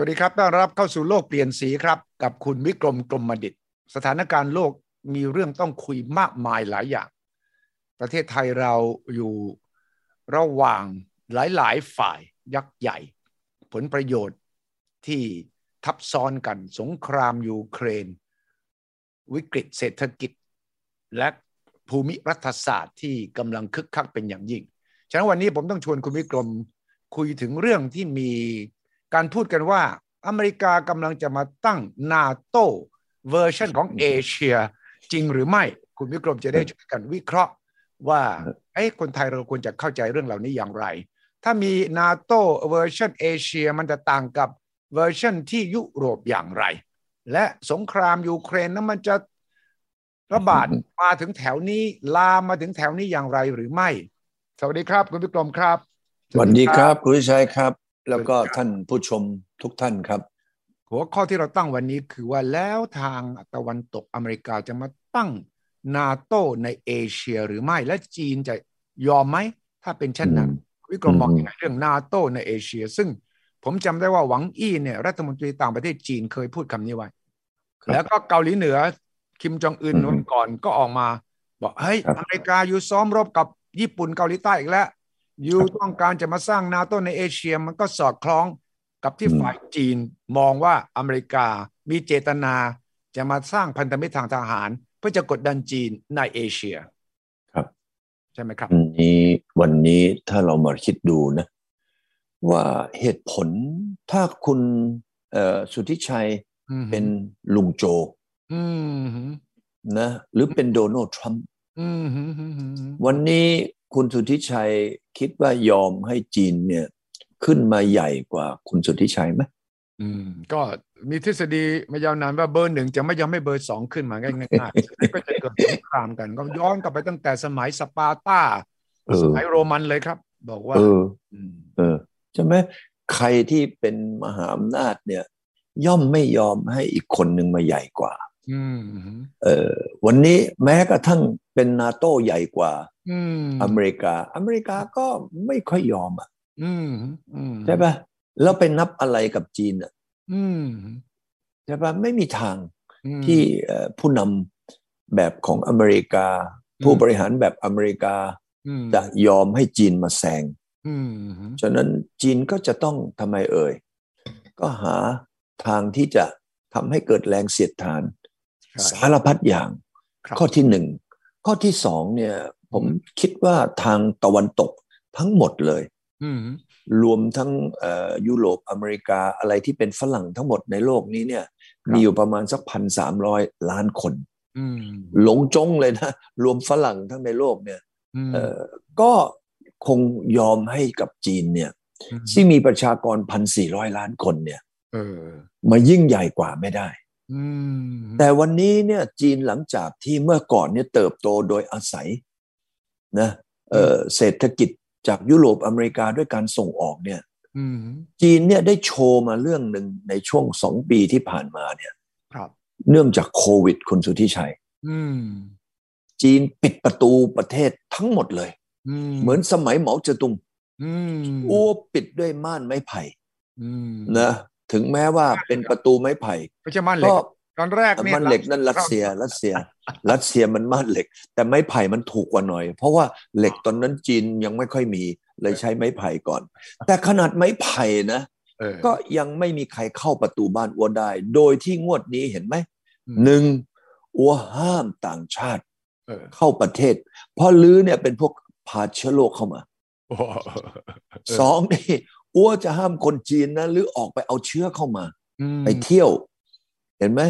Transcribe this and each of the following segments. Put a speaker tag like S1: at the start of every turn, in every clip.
S1: วัสดีครับต้อนรับเข้าสู่โลกเปลี่ยนสีครับ กับคุณวิกรมกรมดิต สถานการณ์โลกมีเรื่องต้องคุยมากมายหลายอย่าง ประเทศไทยเราอยู่ระหว่างหลาย ๆ ฝ่ายยักษ์ใหญ่ ผลประโยชน์ที่ทับซ้อนกันสงครามยูเครน วิกฤตเศรษฐกิจ และภูมิรัฐศาสตร์ที่กำลังคึกคักเป็นอย่างยิ่ง ฉะนั้นวันนี้ผมต้องชวนคุณวิกรมคุยถึงเรื่องที่มีการพูดกันว่า อเมริกากำลังจะมาตั้งนาโต้เวอร์ชันของเอเชียจริงหรือไม่ คุณวิกรมจะได้ช่วยกันวิเคราะห์ว่าเอ้คนไทยเราควรจะเข้าใจเรื่องเหล่านี้อย่างไร ถ้ามีนาโต้เวอร์ชันเอเชียมันจะต่างกับเวอร์ชันที่ยุโรปอย่างไร และสงครามยูเครนนั้นมันจะระบาดมาถึงแถวนี้ลามมาถึงแถวนี้อย่างไรหรือไม่ สวัสดีครับ คุณวิกรมครับ
S2: สวัสดีครับคุณวิชัยครับ แล้วก็ท่านผู้ชมทุกท่านครับ
S1: หัวข้อที่เราตั้งวันนี้คือว่าแล้วทางตะวันตกอเมริกาจะมาตั้งนาโตในเอเชียหรือไม่ และจีนจะยอมไหม ถ้าเป็นเช่นนั้น วิกรมมองยังไงเรื่องนาโตในเอเชีย ซึ่งผมจำได้ว่าหวังอี้เนี่ยรัฐมนตรีต่างประเทศจีนเคยพูดคำนี้ไว้ แล้วก็เกาหลีเหนือคิมจองอึนวันก่อนก็ออกมา บอกเฮ้ยอเมริกาอยู่ซ้อมรบกับญี่ปุ่นเกาหลีใต้อีกแล้วยูต้องการจะมาสร้างนาโตในเอเชียมันก็สอดคล้องกับที่ฝ่ายจีนมองว่าอเมริกามีเจตนาจะมาสร้างพันธมิตรทางทหาร เพื่อจะกดดันจีนในเอเชีย
S2: ครับ
S1: ใช่ไหมครับ
S2: วันนี้วันนี้ถ้าเรามาคิดดูนะ ว่าเหตุผลถ้าคุณสุทธิชัยเป็นลุงโจนะ หรือเป็นโดนัลด์ทรัมป์วันนี้คุณสุทธิชัยคิดว่ายอมให้จีนเนี่ย ขึ้นมาใหญ่กว่าคุณสุทธิชัยไหม
S1: อืม ก็มีทฤษฎีมายาวนานว่าเบอร์หนึ่งจะไม่ยอมให้เบอร์สองขึ้นมาง่ายๆก็จะเกิดสงครามกัน ก็ย้อนกลับไปตั้งแต่สมัยสปาร์ตาสมัยโรมันเลยครับ บอกว่า
S2: เออเออใช่ไหมใครที่เป็นมหาอำนาจเนี่ย ย่อมไม่ยอมให้อีกคนหนึ่งมาใหญ่กว่าเออวันนี้แม้กระทั่งเป็นนาโต้ใหญ่กว่าอเมริกา อเมริกาก็ไม่ค่อยยอมอ่ะใช่ปะแล้วไปนับอะไรกับจีนอ่ะใช่ปะไม่มีทางที่ผู้นำแบบของอเมริกา ผู้บริหารแบบอเมริกา จะยอมให้จีนมาแซงฉะนั้นจีนก็จะต้องทำไมเอ่ย ก็หาทางที่จะทำให้เกิดแรงเสียดทาน สารพัดอย่าง ข้อที่หนึ่งข้อที่สองเนี่ยผมคิดว่าทางตะวันตกทั้งหมดเลยรวมทั้งยุโรปอเมริกาอะไรที่เป็นฝรั่งทั้งหมดในโลกนี้เนี่ย มีอยู่ประมาณสักพันสามร้อยล้านคนหลงจงเลยนะ รวมฝรั่งทั้งในโลกเนี่ยก็คงยอมให้กับจีนเนี่ย ซึ่งมีประชากรพันสี่ร้อยล้านคนเนี่ยมายิ่งใหญ่กว่าไม่ได้แต่วันนี้เนี่ยจีนหลังจากที่เมื่อก่อนเนี่ยเติบโตโดยอาศัยนะเศรษฐกิจจากยุโรปอเมริกาด้วยการส่งออกเนี่ยจีนเนี่ยได้โชว์มาเรื่องหนึ่งในช่วงสองปีที่ผ่านมาเนี่ยเนื่องจากโควิดคุณสุทธิชัยจีนปิดประตูประเทศทั้งหมดเลย เหมือนสมัยเหมาเจ๋อตุงอ้วปิดด้วยม่านไม้ไผ่นะถึงแม้ว่าเป็นประตูไม้ไผ่
S1: ไม่ใช่ม่านเหล็กตอนแรก
S2: ม่านเหล็กนั่นรัสเซีย รัสเซีย รัสเซียมันม่านเหล็ก แต่ไม้ไผ่มันถูกกว่าหน่อย เพราะว่าเหล็กตอนนั้นจีนยังไม่ค่อยมีเลยใช้ไม้ไผ่ก่อน แต่ขนาดไม้ไผ่นะก็ยังไม่มีใครเข้าประตูบ้านอัวได้ โดยที่งวดนี้เห็นไหมหนึ่งอัวห้ามต่างชาติเข้าประเทศ เพราะลื้อเนี่ยเป็นพวกพาเชื้อโรคเข้ามาสองนี่อัวจะห้ามคนจีนนะหรือออกไปเอาเชื้อเข้ามาไปเที่ยว เห็นไหม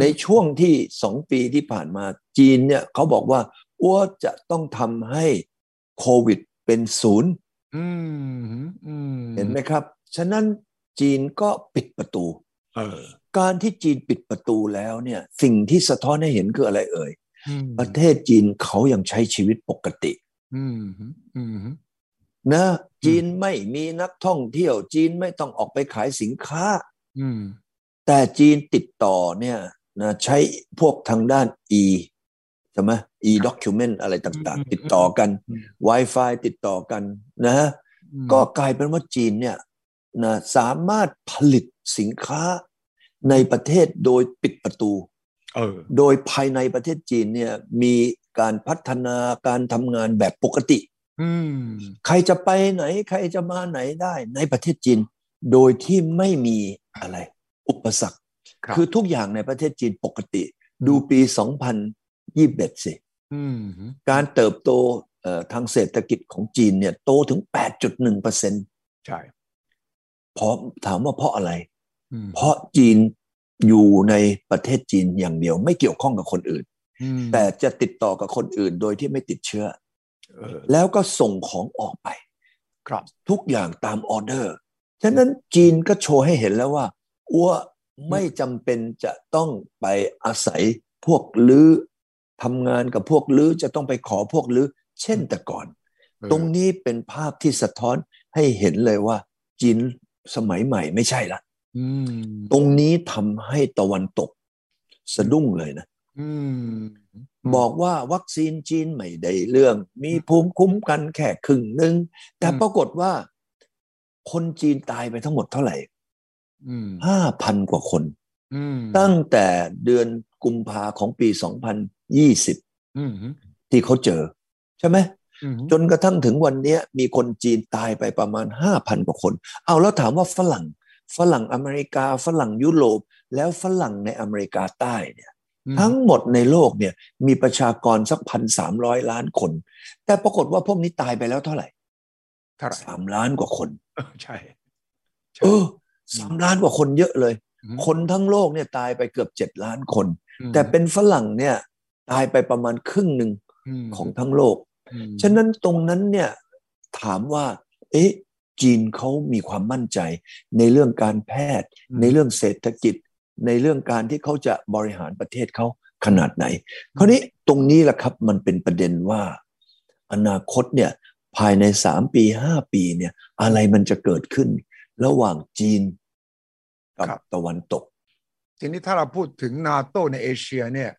S2: ในช่วงที่สองปีที่ผ่านมาจีนเนี่ยเขาบอกว่าอ้วจะต้องทำให้โควิดเป็นศูนย์เห็นไหมครับ ฉะนั้นจีนก็ปิดประตูการที่จีนปิดประตูแล้วเนี่ย สิ่งที่สะท้อนให้เห็นคืออะไรเอ่ยประเทศจีนเขายังใช้ชีวิตปกตินะจีนไม่มีนักท่องเที่ยว จีนไม่ต้องออกไปขายสินค้าแต่จีนติดต่อเนี่ยนะใช้พวกทางด้าน e ใช่ไหม e document อะไรต่างๆ ติดต่อกัน Wi-Fi ติดต่อกันนะก็กลายเป็นว่าจีนเนี่ยนะสามารถผลิต สินค้าในประเทศโดยปิดประตู
S1: เออ
S2: โดยภายในประเทศจีนเนี่ยมีการพัฒนาการทำงานแบบปกติ
S1: อืม
S2: ใครจะไปไหน ใครจะมาไหนได้ในประเทศจีน โดยที่ไม่มีอะไร อุปสรรค
S1: ครับ
S2: อทุกอย่างในประเทศจีนปกติ ดูปี 2021 สิ
S1: อืม
S2: การเติบโตเอ่อทางเศรษฐกิจของจีนเนี่ยโตถึง 8.1%
S1: ใช่
S2: เพราะถามว่าเพราะอะไร
S1: อืม
S2: เพราะจีนอยู่ในประเทศจีนอย่างเดียวไม่เกี่ยวข้องกับคนอื่น
S1: อืม
S2: แต่จะติดต่อกับคนอื่นโดยที่ไม่ติดเชื้อ
S1: เออ
S2: แล้วก็ส่งของออกไป
S1: ครับ
S2: ทุกอย่างตามออเดอร์ ฉะนั้นจีนก็โชว์ให้เห็นแล้วว่า อ้วไม่จำเป็นจะต้องไปอาศัยพวกลือ้อทำงานกับพวกลือ้อจะต้องไปขอพวกลือ้อเช่นแต่ก่อน
S1: เออ
S2: ตรงนี้เป็นภาพที่สะท้อนให้เห็นเลยว่า จีนสมัยใหม่ไม่ใช่ละ
S1: อืม
S2: ตรงนี้ทำให้ตะวันตก สะดุ้งเลยนะ
S1: อืม
S2: บอกว่าวัคซีนจีนไม่ได้เรื่อง มีภูมิคุ้มกันแค่ครึ่งหนึ่งแต่
S1: อืม
S2: ปรากฏว่า คนจีนตายไปทั้งหมดเท่าไหร่
S1: อืม
S2: ห้าพันกว่าคน
S1: อืม
S2: ตั้งแต่เดือนกุมภาของปี 2020
S1: อืม
S2: ที่เขาเจอ ใช่ไหม
S1: อืม
S2: จนกระทั่งถึงวันเนี้ยมีคนจีนตายไปประมาณ 5,000 กว่าคน เอาแล้วถามว่าฝรั่ง ฝรั่งอเมริกา ฝรั่งยุโรป แล้วฝรั่งในอเมริกาใต้เนี่ย ทั้งหมดในโลกเนี่ยมีประชากรสักพันสามร้อยล้านคน แต่ปรากฏว่าพวกนี้ตายไปแล้วเท่าไหร่
S1: เท่าไหร่
S2: สามล้านกว่าคน
S1: เออใช่ใช่
S2: เออสามล้านกว่าคนเยอะเลย
S1: ม
S2: คนทั้งโลกเนี่ยตายไปเกือบเจ็ดล้านคน
S1: อืม
S2: แต่เป็นฝรั่งเนี่ยตายไปประมาณครึ่งหนึ่ง
S1: ม
S2: ของทั้งโลก
S1: อืม
S2: ฉะนั้นตรงนั้นเนี่ยถามว่า เอ๊ะ จีนเขามีความมั่นใจ ในเรื่องการแพทย์
S1: อืม
S2: ในเรื่องเศรษฐกิจ ในเรื่องการที่เขาจะบริหารประเทศเขาขนาดไหน คราวนี้ตรงนี้แหละครับมันเป็นประเด็นว่า อนาคตเนี่ยภายในสามปีห้าปีเนี่ยอะไรมันจะเกิดขึ้น ระหว่างจีนกับ
S1: ครับ
S2: ตะวันตก
S1: ทีนี้ถ้าเราพูดถึงนาโตในเอเชียเนี่ย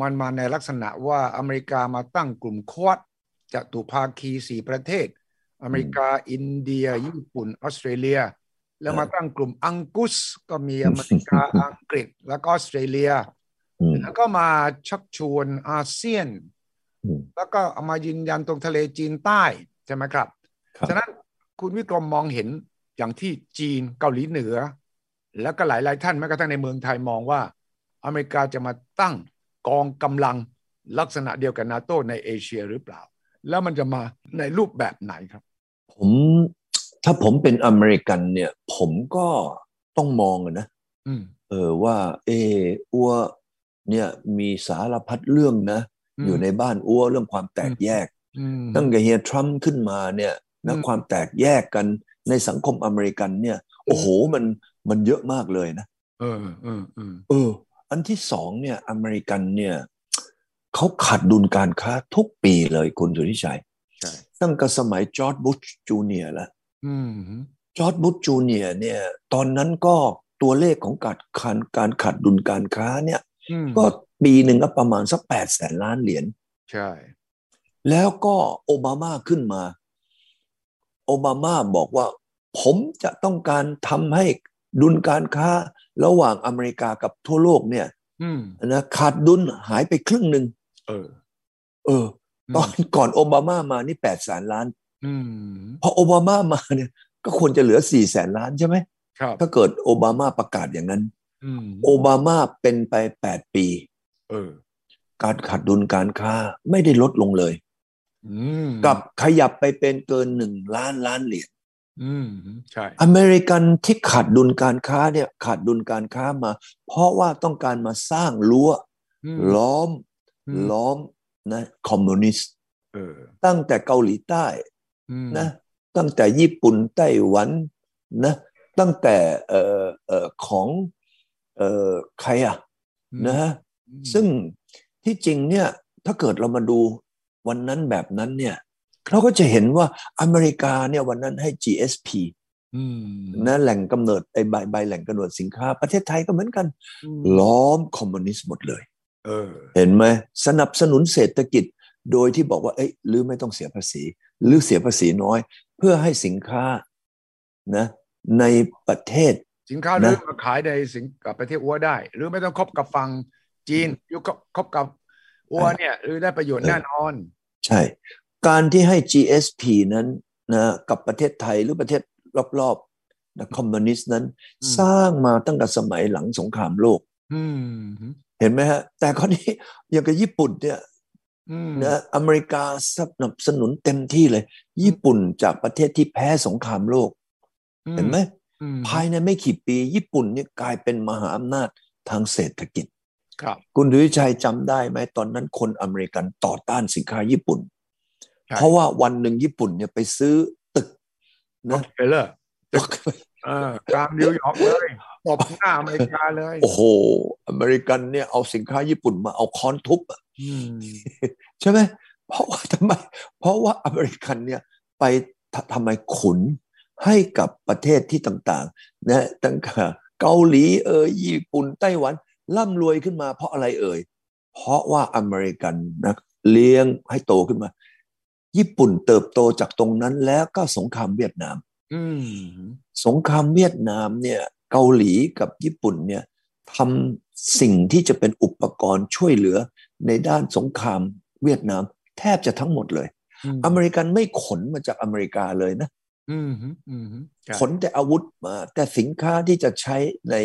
S1: มันมาในลักษณะว่าอเมริกามาตั้งกลุ่มควอดจะตุภาคีสี่ประเทศ อเมริกาอินเดีย ญี่ปุ่นออสเตรเลีย แล้วมาตั้งกลุ่มอังกุสก็มีอเมริ กา อังกฤษแล้วก็ออสเตรเลีย
S2: อืม
S1: แล้วก็มาชักชวนอาเซียน
S2: อืม
S1: แล้วก็เอามายืนยันตรงทะเลจีนใต้ ใช่ไหมครับ
S2: ครับ
S1: ฉะนั้นคุณวิกรมมองเห็นอย่างที่จีนเกาหลีเหนือ แล้วก็หลาย ๆ ท่านแม้กระทั่งในเมืองไทยมองว่า อเมริกาจะมาตั้งกองกำลังลักษณะเดียวกับนาโตในเอเชียหรือเปล่า แล้วมันจะมาในรูปแบบไหนครับ
S2: ผมถ้าผมเป็นอเมริกันเนี่ย ผมก็ต้องมองอะนะ
S1: อืม
S2: เออว่าเอออ้วเนี่ยมีสารพัดเรื่องนะ
S1: ม
S2: อยู่ในบ้านอ้วเรื่องความแตกแยก
S1: อืม
S2: ตั้งแต่เฮียทรัมป์ขึ้นมาเนี่ยนะ
S1: อืม
S2: ความแตกแยกกันในสังคมอเมริกันเนี่ย โอ้โหมันมันเยอะมากเลยนะ
S1: เออเออเออ
S2: เออ อันที่สองเนี่ยอเมริกันเนี่ยเขาขาดดุลการค้าทุกปีเลยคุณสุทธิชัย
S1: ใช่
S2: ตั้งแต่สมัยจอร์จบุชจูเนียร์แล้ว
S1: อืม
S2: จอร์ดบุชจูเนียร์เนี่ยตอนนั้นก็ตัวเลขของการขาดการขาดดุลการค้าเนี่ย
S1: อืม
S2: ก็ปีหนึ่งก็ประมาณสักแปดแสนล้านเหรียญ
S1: ใช่
S2: แล้วก็โอบามาขึ้นมา โอบามาบอกว่า ผมจะต้องการทำให้ดุลการค้าระหว่างอเมริกากับทั่วโลกเนี่ย
S1: อืม
S2: นะขาดดุลหายไปครึ่งหนึ่ง
S1: เออ
S2: เออ ตอน ก่อนโอบามามานี่แปดแสนล้าน
S1: อืม
S2: พอโอบามามาเนี่ยก็ควรจะเหลือสี่แสนล้านใช่ไหม
S1: ครับ
S2: ถ้าเกิดโอบามาประกาศอย่างนั้น
S1: อืม
S2: โอบามาเป็นไป 8 ปี
S1: เออ
S2: การขาดดุลการค้าไม่ได้ลดลงเลย
S1: อืม
S2: กลับขยับไปเป็นเกิน 1 ล้านล้านเหรียญ
S1: อืมใช่
S2: อเมริกันที่ขาดดุลการค้าเนี่ยขาดดุลการค้ามา เพราะว่าต้องการมาสร้างรั้ว
S1: ม
S2: ล้อม
S1: อืม
S2: ล้อมนะคอมมิวนิสต์
S1: เออ
S2: ตั้งแต่เกาหลีใต้
S1: อืม
S2: นะตั้งแต่ญี่ปุ่นไต้หวันนะตั้งแต่เอ่อเอ่อของเอ่อใครอะ
S1: อืม
S2: นะฮะ
S1: อืม
S2: ซึ่งที่จริงเนี่ยถ้าเกิดเรามาดูวันนั้นแบบนั้นเนี่ยเราก็จะเห็นว่าอเมริกาเนี่ยวันนั้นให้ GSP
S1: อืม
S2: นะแหล่งกำเนิดไอ้ใบใบแหล่งกำเนิดสินค้า ประเทศไทยก็เหมือนกัน ล้อมคอมมิวนิสต์หมดเลย
S1: เออ
S2: เห็นไหมสนับสนุนเศรษฐกิจโดยที่บอกว่าเอ้ยหรือไม่ต้องเสียภาษี หรือเสียภาษีน้อย เพื่อให้สินค้านะในประเทศ
S1: สินค้าลื้อมาขายในสิงกับประเทศอัวได้ หรือไม่ต้องคบกับฝั่งจีนยุคคบกับอัวเนี่ยหรือได้ประโยชน์แน่นอน
S2: ใช่ การที่ให้ GSP นั้นนะกับประเทศไทยหรือประเทศรอบๆนะคอมมิวนิสต์นั้น
S1: อืม
S2: สร้างมาตั้งแต่สมัยหลังสงครามโลก
S1: อืม
S2: เห็นไหมฮะ แต่คราวนี้อย่างกับญี่ปุ่นเนี่ย
S1: อืม
S2: นะอเมริกาสนับสนุนเต็มที่เลย ญี่ปุ่นจากประเทศที่แพ้สงครามโลก เห็นไหม
S1: อื
S2: ภายในไม่กี่ปี ญี่ปุ่นเนี่ยกลายเป็นมหาอำนาจทางเศรษฐกิจ
S1: ครับ
S2: คุณดุวิชัยจำได้ไหมตอนนั้นคนอเมริกันต่อต้านสินค้าญี่ปุ่น
S1: ใช่
S2: เพราะว่าวันหนึ่งญี่ปุ่นเนี่ยไปซื้อ ตึกนะ
S1: เฟลเลอร์เออกลางนิวยอร์กเลยตบหน้าอเมริกาเลย
S2: โอ้โห อเมริกันเนี่ยเอาสินค้าญี่ปุ่นมาเอาค้อนทุบอะ
S1: อืม
S2: ใช่ไหมเพราะ ว่าทำไม เพราะว่าอเมริกันเนี่ยไปททำไมขุนให้กับประเทศที่ต่างๆนะตั้งแต่เกาหลีเอ่ยญี่ปุ่นไต้หวันร่ำรวยขึ้นมา เพราะอะไรเอ่ยเพราะว่าอเมริกันนะเลี้ยงให้โตขึ้นมา ญี่ปุ่นเติบโตจากตรงนั้นแล้วก็สงครามเวียดนาม
S1: อืม
S2: สงครามเวียดนามเนี่ยเกาหลีกับญี่ปุ่นเนี่ยทำสิ่งที่จะเป็นอุปกรณ์ช่วยเหลือในด้านสงครามเวียดนาม แทบจะทั้งหมดเลย อเมริกันไม่ขนมาจากอเมริกาเลยนะ
S1: อืมอืมใช่
S2: ขนแต่อาวุธมา แต่สินค้าที่จะใช้ใน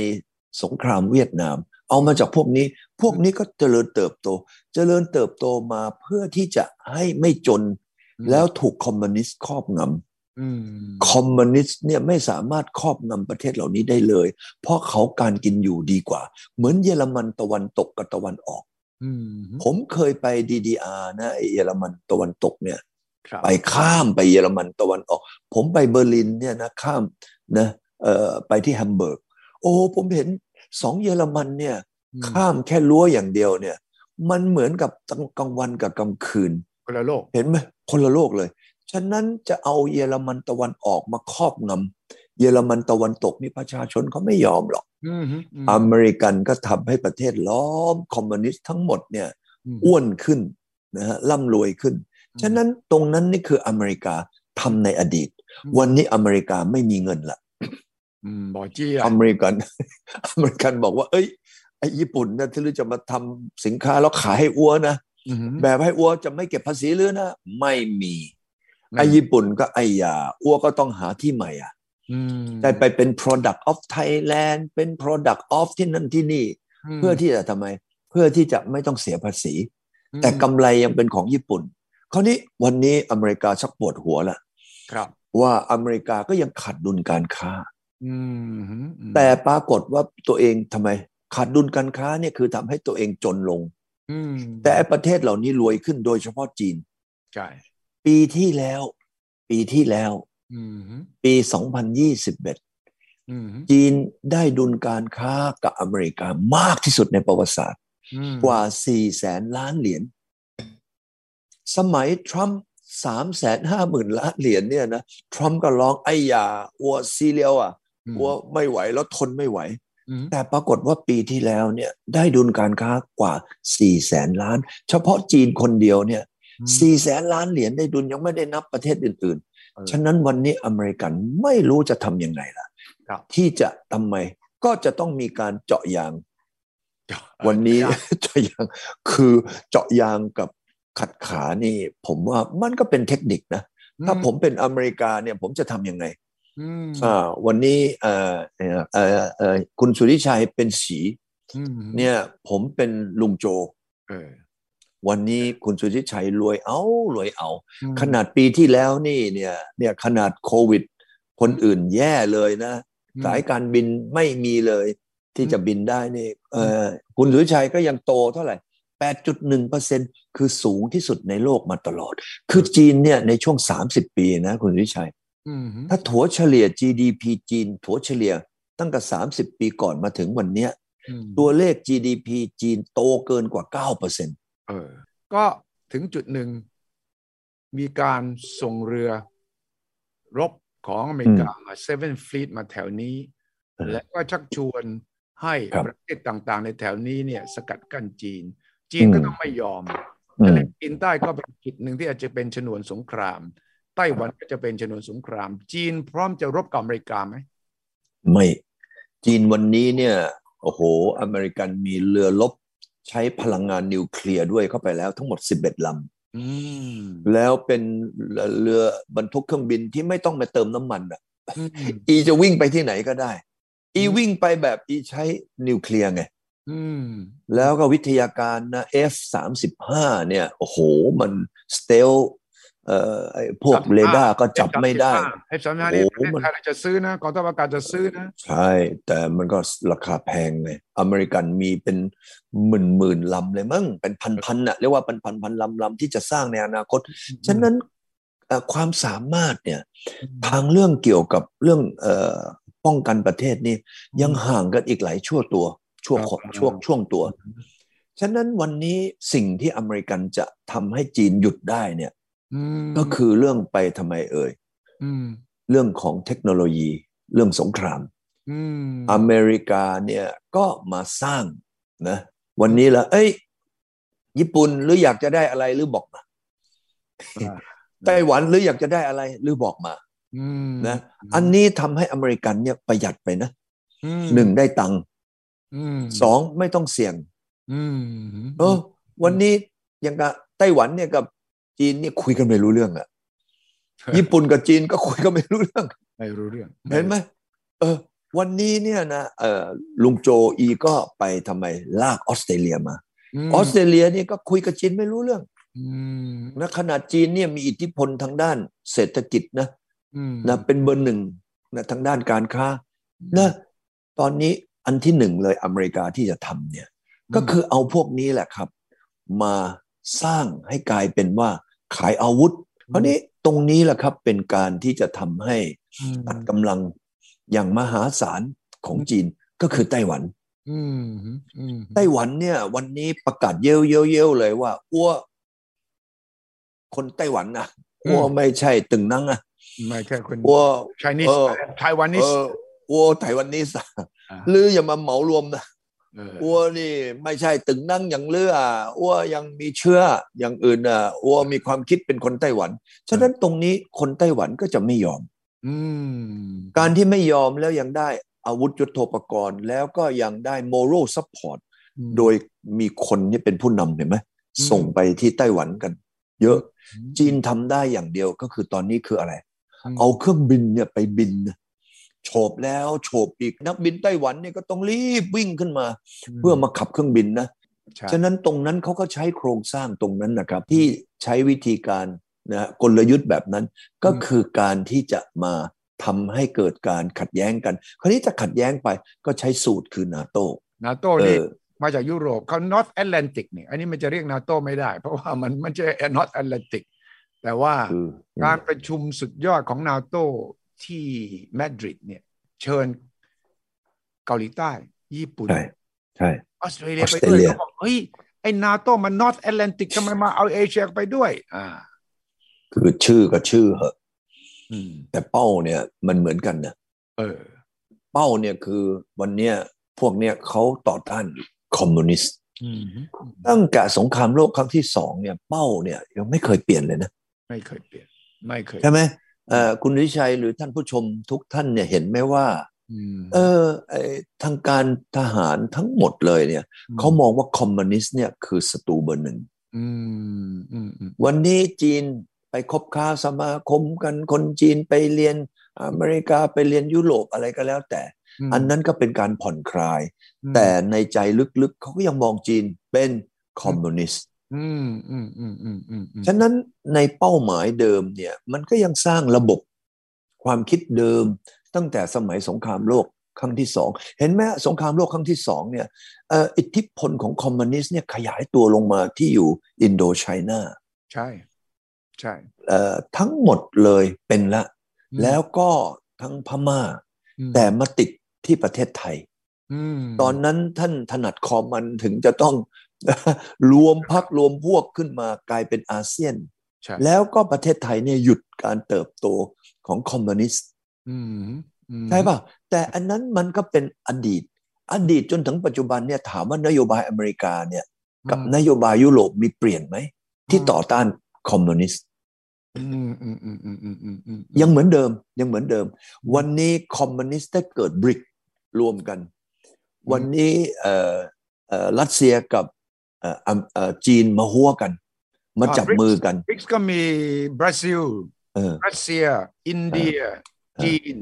S2: สงครามเวียดนาม เอามาจากพวกนี้ พวกนี้ก็เจริญเติบโต เจริญเติบโตมาเพื่อที่จะให้ไม่จน
S1: อืม
S2: แล้วถูกคอมมิวนิสต์ครอบงำ
S1: อืม
S2: คอมมิวนิสต์เนี่ยไม่สามารถครอบงำประเทศเหล่านี้ได้เลย เพราะเขาการกินอยู่ดีกว่า เหมือนเยอรมันตะวันตกกับตะวันออก
S1: อืม
S2: ผมเคยไป DDR นะไอ้เยอรมันตะวันตกเนี่ย
S1: ครับ
S2: ไปข้ามไปเยอรมันตะวันออก ผมไปเบอร์ลินเนี่ยนะข้ามนะเอ่อไปที่แฮมเบิร์ก โอ้ผมเห็นสองเยอรมันเนี่ยข้ามแค่รั้วอย่างเดียวเนี่ย มันเหมือนกับตอนกลางวันกับกลางคืน
S1: คนละโลก
S2: เห็นไหมคนละโลกเลย ฉะนั้นจะเอาเยอรมันตะวันออกมาครอบงำเยอรมันตะวันตกนี่ประชาชนเขาไม่ยอมหรอก
S1: อืมอืม
S2: อเมริกันก็ทำให้ประเทศล้อมคอมมิวนิสต์ทั้งหมดเนี่ย
S1: อืม
S2: อ้วนขึ้นนะฮะร่ำรวยขึ้น ฉะนั้นตรงนั้นนี่คืออเมริกาทำในอดีต
S1: อืม
S2: วันนี้อเมริกาไม่มีเงินละ
S1: อืมบ่อจี้
S2: อ
S1: อ่ะ
S2: เมริกัน อเมริกันบอกว่า เอ้ยไอญี่ปุ่นนะที่จะมาทำสินค้าแล้วขายให้อ้วนนะ
S1: อืม
S2: แบบให้อัวจะไม่เก็บภาษีหรือนะ ไม่มี
S1: ไม่มี
S2: ไอ้ญี่ปุ่นก็ไอ้ยาอัวก็ต้องหาที่ใหม่อ่ะ
S1: อืม
S2: ได้ไปเป็น product of Thailand เป็น product of ที่นั่นที่นี่ เพื่อที่จะทำไม เพื่อที่จะไม่ต้องเสียภาษี
S1: อืม
S2: แต่กำไรยังเป็นของญี่ปุ่น คราวนี้วันนี้อเมริกาชักปวดหัวละ
S1: ครับ
S2: ว่าอเมริกาก็ยังขาดดุลการค้า
S1: อืมอืมอืม
S2: แต่ปรากฏว่าตัวเองทำไม ขาดดุลการค้าเนี่ยคือทำให้ตัวเองจนลง
S1: อืม
S2: แต่ไอ้ประเทศเหล่านี้รวยขึ้นโดยเฉพาะจีน
S1: ใช่
S2: ปีที่แล้ว ปีที่แล้ว
S1: อืม
S2: ปี 2021
S1: อืม
S2: จีนได้ดุลการค้ากับอเมริกามากที่สุดในประวัติศาสตร์
S1: อืม
S2: กว่า 4 แสนล้านเหรียญสมัยทรัมป์3แสนห้าหมื่นล้านเหรียญเนี่ยนะทรัมป์ก็ร้องไอ้ยาอัวซีเรียวอ่ะ
S1: อืม
S2: อัวไม่ไหวแล้วทนไม่ไหว
S1: อืม
S2: แต่ปรากฏว่าปีที่แล้วเนี่ยได้ดุลการค้ากว่า 4 แสนล้าน เฉพาะจีนคนเดียวเนี่ย สี่แสนล้านเหรียญได้ดุลยังไม่ได้นับประเทศอื่นๆ ฉะนั้นวันนี้อเมริกันไม่รู้จะทำยังไงล่ะ
S1: ครับ
S2: ที่จะทำไมก็จะต้องมีการเจาะยางวันนี้
S1: ใช่
S2: เจาะยางคือเจาะยางกับขัดขานี่ ผมว่ามันก็เป็นเทคนิคนะ ถ้าผมเป็นอเมริกาเนี่ยผมจะทำยังไง
S1: อืม
S2: อ่าวันนี้เอ่อเอ่อเอ่อเอ่อคุณสุริชัยเป็นสี
S1: อืม
S2: เนี่ยผมเป็นลุงโจ
S1: เออ
S2: วันนี้คุณสุริชัยรวยเอารวยเอา
S1: อืม
S2: ขนาดปีที่แล้วนี่เนี่ยเนี่ยขนาดโควิด คนอื่นแย่เลยนะ
S1: อืม
S2: สายการบินไม่มีเลยที่
S1: อืม
S2: จะบินได้นี่เออคุณสุริชัยก็ยังโตเท่าไหร่ 8.1เปอร์เซ็นคือสูงที่สุดในโลกมาตลอด คือจีนเนี่ยในช่วง 30 ปีนะคุณสุริชัย
S1: อืม
S2: ถ้าถัวเฉลี่ย GDP จีนถัวเฉลี่ยตั้งแต่ 30 ปีก่อนมาถึงวันเนี้ย
S1: อืม
S2: ตัวเลข GDP จีนโตเกินกว่า9เปอร์เซ็น
S1: เออก็ถึงจุดหนึ่ง มีการส่งเรือ รบของอเมริกาเซเว่นฟลีตมาแถวนี้
S2: เออ
S1: และก็ชักชวนให้
S2: ครับ
S1: ประเทศต่างๆ ในแถวนี้เนี่ย สกัดกั้นจีน จีนก็
S2: อืม
S1: ต้องไม่ยอม
S2: อื
S1: ทะเล
S2: ม
S1: จีนใต้ก็เป็นจุดหนึ่งที่อาจจะเป็นชนวนสงคราม ไต้หวันก็จะเป็นชนวนสงคราม จีนพร้อมจะรบกับอเมริกาไหม
S2: ไม่ จีนวันนี้เนี่ยโอ้โห อเมริกันมีเรือลบใช้พลังงานนิวเคลียร์ด้วยเข้าไปแล้วทั้งหมด 11ล
S1: อืม
S2: ำแล้วเป็นเรือบรรทุกเครื่องบินที่ไม่ต้องไปเติมน้ำมันอ่ะ
S1: อืม
S2: อีจะวิ่งไปที่ไหนก็ได้ อีวิ่งไปแบบอีใช้นิวเคลียร์ไง
S1: อืม
S2: แล้วก็วิทยาการนะ F 3 5เนี่ย โอ้โห มันสเตลเอ่อไอ้พวกเรดาร์ก็จับไม่ได้
S1: ให้สามห้านี่
S2: โอ้
S1: ป
S2: โห
S1: ระเทศ
S2: มัน
S1: ไทยเราจะซื้อนะกองทัพอากาศจะซื้อนะ
S2: ใช่ แต่มันก็ราคาแพงไงอเมริกันมีเป็นหมื่นหมื่นลำเลยมั้งเป็นพันพันน่ะเรียกว่าเป็นพันพันลำลำที่จะสร้างในอนาคต ฉะนั้นเอ่อความสามารถเนี่ยทางเรื่องเกี่ยวกับเรื่องเอ่อป้องกันประเทศนี่ ยังห่างกันอีกหลายชั่วตัว ชั่วคนช่วงช่วงตัว ฉะนั้นวันนี้สิ่งที่อเมริกันจะทำให้จีนหยุดได้เนี่ย
S1: อืม
S2: ก็คือเรื่องไปทำไมเอ่ย
S1: ม
S2: เรื่องของเทคโนโลยี เรื่องสงคราม
S1: อืม
S2: อเมริกาเนี่ยก็มาสร้างนะวันนี้ละเอ้ย ญี่ปุ่นหรืออยากจะได้อะไรหรือบอกมาไต้หวันหรืออยากจะได้อะไรหรือบอกมา
S1: อืม
S2: นะอันนี้ทำให้อเมริกันเนี่ยประหยัดไปนะ
S1: อืม
S2: หนึ่งได้ตังค์
S1: อืม
S2: สองไม่ต้องเสี่ยง
S1: อืม
S2: เออวันนี้อย่างกับไต้หวันเนี่ยกับจีนเนี่ยคุยกันไม่รู้เรื่องอะ ญี่ปุ่นกับจีนก็คุยกันไม่รู้ เรื่อง
S1: ไม่รู้เรื่อง
S2: เห็นไหมเออ วันนี้เนี่ยนะเออลุงโจอีก็ไปทำไมลากออสเตรเลียมา ออสเตรเลียเนี่ยก็คุยกับจีนไม่รู้เรื่อง
S1: อืม
S2: นะขนาดจีนเนี่ยมีอิทธิพลทางด้านเศรษฐกิจนะ
S1: อืม
S2: นะเป็นเบอร์หนึ่งนะทางด้านการค้านะตอนนี้อันที่หนึ่งเลยอเมริกาที่จะทำเนี่ย ก็คือเอาพวกนี้แหละครับ มาสร้างให้กลายเป็นว่าขายอาวุธ เพราะนี้ตรงนี้แหละครับเป็นการที่จะทำให้
S1: อืม
S2: ตัดกำลังอย่างมหาศาลของจีนก็คือไต้หวัน
S1: อืมอืม
S2: ไต้หวันเนี่ย วันนี้ประกาศเย้ยวเย้ยวเย้ยวเลยว่าอ้วคนไต้หวันนะอ้วไม่ใช่ตึงนั่งนะ
S1: ไม่แค่คน
S2: อ้ว
S1: Chinese
S2: เออ
S1: Taiwanese
S2: เอออ้วไต้หวันนี่สหรืออย่ามาเหมารวมนะ
S1: เออ
S2: อ้วนี่ไม่ใช่ตึงนั่งอย่างเลืออ้วยังมีเชื้ออย่างอื่นอ่ะอ้วมีความคิดเป็นคนไต้หวัน ฉะนั้นตรงนี้คนไต้หวันก็จะไม่ยอม
S1: อืม
S2: การที่ไม่ยอมแล้วยังได้อาวุธยุโทโธปกรณ์ แล้วก็ยังได้ moral support
S1: อืม
S2: โดยมีคนที่เป็นผู้นำเห็นไหม
S1: อืม
S2: ส่งไปที่ไต้หวันกัน เยอะจีนทำได้อย่างเดียวก็คือตอนนี้คืออะไร
S1: ม
S2: เอาเครื่องบินเนี่ยไปบินนะโฉบแล้วโฉบอีกนักบินไต้หวันเนี่ยก็ต้องรีบวิ่งขึ้นมา เพื่อมาขับเครื่องบินนะ
S1: ใช่
S2: ฉะนั้นตรงนั้นเขาก็ใช้โครงสร้างตรงนั้นนะครับ ที่ใช้วิธีการนะกลยุทธ์แบบนั้นก็คือการที่จะมาทำให้เกิดการขัดแย้งกัน คราวนี้จะขัดแย้งไปก็ใช้สูตรคือนาโต
S1: นาโต้
S2: เอ
S1: นี่
S2: อ
S1: มาจากยุโรปเขา North Atlantic เนี่ยอันนี้มันจะเรียกนาโต้ไม่ได้ เพราะว่ามันมันจะ North Atlantic แต่ว่า
S2: คือ
S1: การประชุมสุดยอดของนาโต้ที่มาดริดเนี่ย เชิญเกาหลีใต้ ญี่ปุ่น
S2: ใช่ใช่
S1: ออสเตรเลียไป
S2: ออสเตร
S1: ด้วย
S2: เลีย
S1: เขาบอกเฮ้ย ไอ้นาโต้มันนอ r t แอตแลนติกทำไมมาเอาเอเชียไปด้วย อ่า
S2: คือชื่อก็ชื่อเหอะ
S1: อืม
S2: แต่เป้าเนี่ยมันเหมือนกันนะ
S1: เออ
S2: เป้าเนี่ยคือวันเนี้ยพวกเนี่ยเขาต่อต้านคอมมิวนิสต์
S1: อืม
S2: ตั้งแต่สงครามโลกครั้งที่สองเนี่ยเป้าเนี่ยยังไม่เคยเปลี่ยนเลยนะ
S1: ไม่เคยเปลี่ยน ไม่เคย
S2: ใช่ไหมเอ่อคุณวิชัยหรือท่านผู้ชมทุกท่านเนี่ยเห็นไหมว่า
S1: อืม
S2: เออไอ้ทางการทหารทั้งหมดเลยเนี่ยเขามองว่าคอมมิวนิสต์เนี่ยคือศัตรูเบอร์หนึ่ง
S1: อืมอืมอืม
S2: วันนี้จีนไปคบค้าสมาคมกันคนจีนไปเรียนอเมริกาไปเรียนยุโรปอะไรก็แล้วแต่
S1: ม
S2: อันนั้นก็เป็นการผ่อนคลาย
S1: อืม
S2: แต่ในใจลึกๆเขาก็ยังมองจีนเป็นคอมมิวนิสต์
S1: อืมอืมอืมอืมอืมอืม
S2: ฉะนั้นในเป้าหมายเดิมเนี่ยมันก็ยังสร้างระบบความคิดเดิมตั้งแต่สมัยสงครามโลกครั้งที่สองเห็นไหมสงครามโลกครั้งที่สองเนี่ยเอ่ออิทธิพลของคอมมิวนิสต์เนี่ยขยายตัวลงมาที่อยู่อินโดไชน่า
S1: ใช่ ใช่
S2: เอ่อทั้งหมดเลยเป็นละ แล้วก็ทั้งพม่า
S1: อืม
S2: แต่มาติดที่ประเทศไทย
S1: อืม
S2: ตอนนั้นท่านถนัดคอมมันถึงจะต้อง รวมพักรวมพวกขึ้นมากลายเป็นอาเซียน
S1: ใช่
S2: แล้วก็ประเทศไทยเนี่ยหยุดการเติบโตของคอมมิวนิสต์
S1: อืมอืม
S2: ใช่ป่ะแต่อันนั้นมันก็เป็นอดีต อดีตจนถึงปัจจุบันเนี่ยถามว่านโยบายอเมริกาเนี่ยกับนโยบายยุโรปมีเปลี่ยนไหม ที่ต่อต้านคอมมิวนิสต์
S1: อืมอืมอืมอืมอืมอืมอืม
S2: ยังเหมือนเดิมยังเหมือนเดิม วันนี้คอมมิวนิสต์ได้เกิดบริก รวมกัน วันนี้เอ่อเอ่อรัสเซียกับเอ่ออเมเอ่อจีนมาหัวกัน มาจับมือกัน
S1: BRICS ก็มีบราซิล
S2: เออ
S1: รัสเซีย อินเดีย
S2: ออ
S1: จีน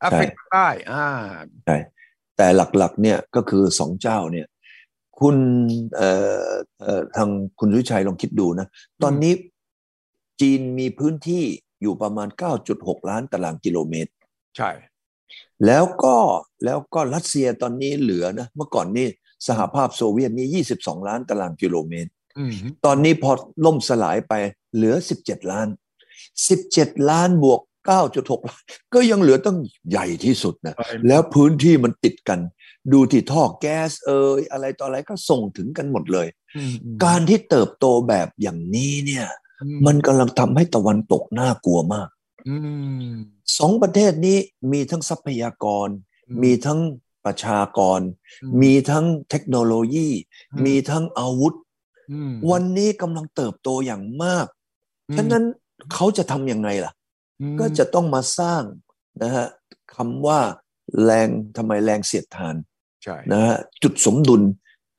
S1: แอฟริกาใต้อ่า
S2: แต่หลักๆเนี่ยก็คือสองเจ้าเนี่ย คุณเอ่อเอ่อทางคุณสุวิชัยลองคิดดูนะ ตอนนี้จีนมีพื้นที่อยู่ประมาณ 9.6 ล้านตารางกิโลเมตร
S1: ใช่
S2: แล้วก็แล้วก็รัสเซียตอนนี้เหลือนะ เมื่อก่อนนี่สหภาพโซเวียตมี 22 ล้านตารางกิโลเมตร
S1: อืม
S2: ตอนนี้พอล่มสลายไปเหลือ 17 ล้าน 17 ล้านบวก 9.6 ล้าน ก็ยังเหลือต้องใหญ่ที่สุดนะ แล้วพื้นที่มันติดกัน ดูที่ท่อแก๊สเอ่ยอะไรต่ออะไรก็ส่งถึงกันหมดเลย
S1: อืม
S2: การที่เติบโตแบบอย่างนี้เนี่ย
S1: อื
S2: มันกำลังทำให้ตะวันตกน่ากลัวมาก
S1: อืม
S2: สองประเทศนี้มีทั้งทรัพยากร มีทั้งประชากร มีทั้งเทคโนโลยี มีทั้งอาวุธ
S1: อืม
S2: วันนี้กำลังเติบโตอย่างมาก
S1: อืม
S2: ฉะนั้นเขาจะทำยังไงล่ะ
S1: อืม
S2: ก็จะต้องมาสร้างนะฮะคำว่าแรงทำไมแรงเสียดทาน
S1: ใช่
S2: นะฮะจุดสมดุล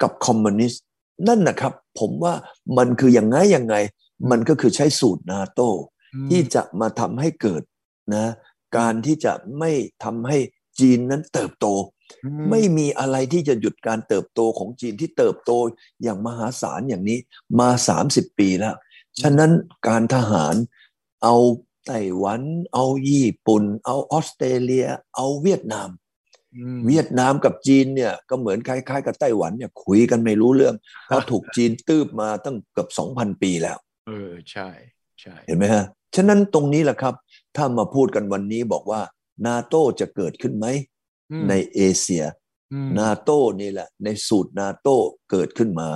S2: กับคอมมิวนิสต์นั่นนะครับ ผมว่ามันคืออย่างไงอย่างไง มันก็คือใช้สูตรนาโต
S1: อืม
S2: ที่จะมาทำให้เกิดนะการที่จะไม่ทำให้จีนนั้นเติบโต
S1: อื
S2: ไม่มีอะไรที่จะหยุดการเติบโตของจีนที่เติบโตอย่างมหาศาลอย่างนี้มา 30 ปีแล้ว ฉะนั้นการทหารเอาไต้หวัน เอาญี่ปุ่น เอาออสเตรเลีย เอาเวียดนาม
S1: อืม
S2: เวียดนามกับจีนเนี่ยก็เหมือนคล้ายๆกับไต้หวันเนี่ยคุยกันไม่รู้เรื่อง เพราะถูกจีนตืบมาตั้งเกือบ2,000 ปีแล้ว
S1: เออใช่ใช่
S2: เห็นไหมฮะ ฉะนั้นตรงนี้แหละครับ ถ้ามาพูดกันวันนี้บอกว่านาโตจะเกิดขึ้นไหม
S1: อืม
S2: ในเอเชีย
S1: อืม
S2: นาโตนี่แหละ ในสูตรนาโตเกิดขึ้นมา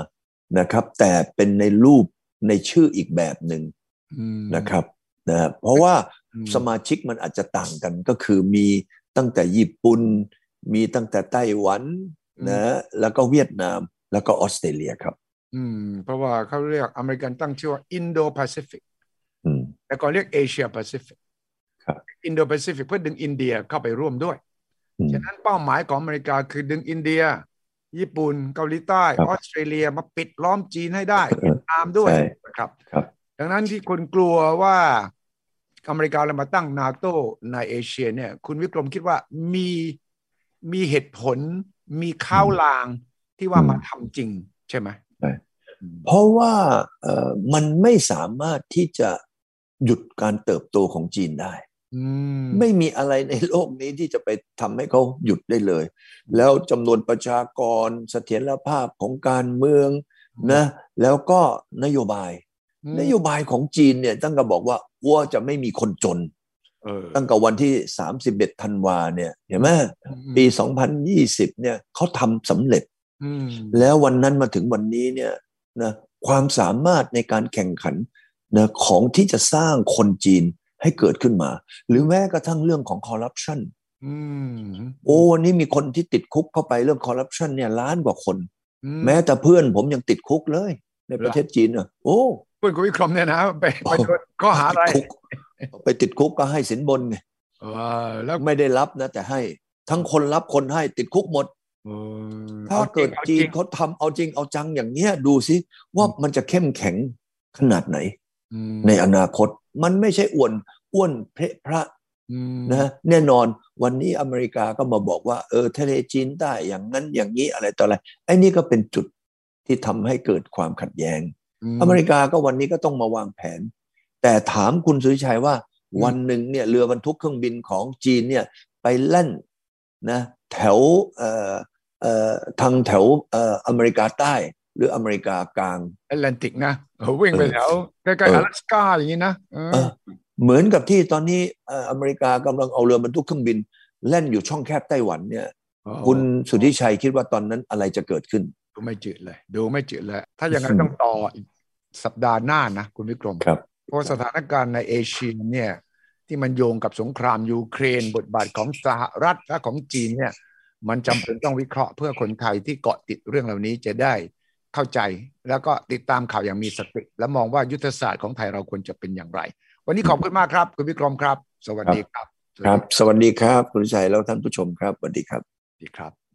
S2: นะครับ แต่เป็นในรูปในชื่ออีกแบบหนึ่ง
S1: อืม
S2: นะครับนะฮะเพราะว่า
S1: อื
S2: สมาชิกมันอาจจะต่างกันก็คือมีตั้งแต่ญี่ปุ่น มีตั้งแต่ไต้หวันนะแล้วก็เวียดนามแล้วก็ออสเตรเลียครับ
S1: อืมเพราะว่าเขาเรียกอเมริกันตั้งชื่อว่าอินโดแปซิฟิก
S2: อืม
S1: แต่ก่อนเรียกเอเชียแปซิฟิก
S2: ครับ
S1: อินโดแปซิฟิกเพื่อดึงอินเดียเข้าไปร่วมด้วย
S2: อืม
S1: ฉะนั้นเป้าหมายของอเมริกาคือดึงอินเดีย ญี่ปุ่นเกาหลีใต้
S2: ครับ
S1: ออสเตรเลียมาปิดล้อมจีนให้ได้
S2: เออ
S1: เวียดนามด้วย
S2: ใช่
S1: นะครับ
S2: ครับ
S1: ดังนั้นที่คุณกลัวว่าอเมริกาเรามาตั้งนาโตในเอเชียเนี่ย คุณวิกรมคิดว่ามีมีเหตุผล มีข้าวลางที่ว่า
S2: อืม
S1: มาทำจริง ใช่ไหมอืม
S2: เพราะว่าเอ่อมันไม่สามารถที่จะหยุดการเติบโตของจีนได้
S1: อืม
S2: ไม่มีอะไรในโลกนี้ที่จะไปทำให้เขาหยุดได้เลย แล้วจำนวนประชากรเสถียรภาพของการเมืองนะแล้วก็นโยบาย
S1: อืม
S2: นโยบายของจีนเนี่ยตั้งก็บอกว่าวัวจะไม่มีคนจน
S1: เออ
S2: ตั้งแต่วันที่ 31ธันวาเนี่ยเห็นไหมปี 2020เนี่ยเขาทำสำเร็จ
S1: อืม
S2: แล้ววันนั้นมาถึงวันนี้เนี่ยนะความสามารถในการแข่งขันนะของที่จะสร้างคนจีนให้เกิดขึ้นมา หรือแม้กระทั่งเรื่องของคอร์รัปชัน
S1: อืม
S2: โอ้วันนี้มีคนที่ติดคุกเข้าไปเรื่องคอร์รัปชันเนี่ยล้านกว่าคน
S1: อื
S2: แม้แต่เพื่อนผมยังติดคุกเลย ในประเทศจีนอ่ะโอ้
S1: เพื่อนคุณวิกรมเนี่ยนะไปไปโดนข้อหาอะไร
S2: ติดคุกไปติดคุกก็ให้สินบนไง
S1: เออแล้ว
S2: ไม่ได้รับนะ แต่ให้ ทั้งคนรับคนให้ติดคุกหมด
S1: เออ
S2: ถ้า
S1: อ
S2: เกิด
S1: อ
S2: จีน
S1: ริง
S2: เขาทำเอาจริงเอาจังอย่างเนี้ยดูสิว่า
S1: อืม
S2: มันจะเข้มแข็งขนาดไหน
S1: อืม
S2: ในอนาคตมันไม่ใช่อ้วนอ้วนเพะพระ
S1: อืม
S2: นะแน่นอนวันนี้อเมริกาก็มาบอกว่าเออทะเลจีนใต้อย่างนั้นอย่างนี้อะไรต่ออะไรไอ้นี่ก็เป็นจุดที่ทำให้เกิดความขัดแย้ง อเมริกาก็วันนี้ก็ต้องมาวางแผน แต่ถามคุณสุริชัยว่า
S1: ม
S2: วันหนึ่งเนี่ยเรือบรรทุกเครื่องบินของจีนเนี่ยไปแล่นนะแถวเอ่อเอ่อทางแถวเอ่ออเมริกาใต้หรืออเมริกากลาง
S1: แอตแลนติกนะเออวิ่งไปแถวใกล้ๆ
S2: เออ
S1: 阿拉สก้าอย่างนี้นะเออ
S2: เออ เหมือนกับที่ตอนนี้เอ่ออเมริกากำลังเอาเรือบรรทุกเครื่องบินแล่นอยู่ช่องแคบไต้หวันเนี่ยคุณสุทธิชัยคิดว่าตอนนั้นอะไรจะเกิดขึ้น
S1: ดูไม่จืดเลย ดูไม่จืดเลย ถ้าอย่างนั้นต้องต่ออีกสัปดาห์หน้านะ คุณวิกรม
S2: ครับ
S1: เพราะสถานการณ์ในเอเชียเนี่ยที่มันโยงกับสงครามยูเครน บทบาทของสหรัฐและของจีนเนี่ย มันจำเป็นต้องวิเคราะห์เพื่อคนไทยที่เกาะติดเรื่องเหล่านี้จะได้เข้าใจ แล้วก็ติดตามข่าวอย่างมีสติ และมองว่ายุทธศาสตร์ของไทยเราควรจะเป็นอย่างไร วันนี้ขอบคุณมากครับ คุณวิกรมครับ สวัสดีครับ
S2: ครับ สวัสดีครับคุณสุทธิชัยแล้วท่านผู้ชมครับสวัสดีครับ
S1: ดีครับ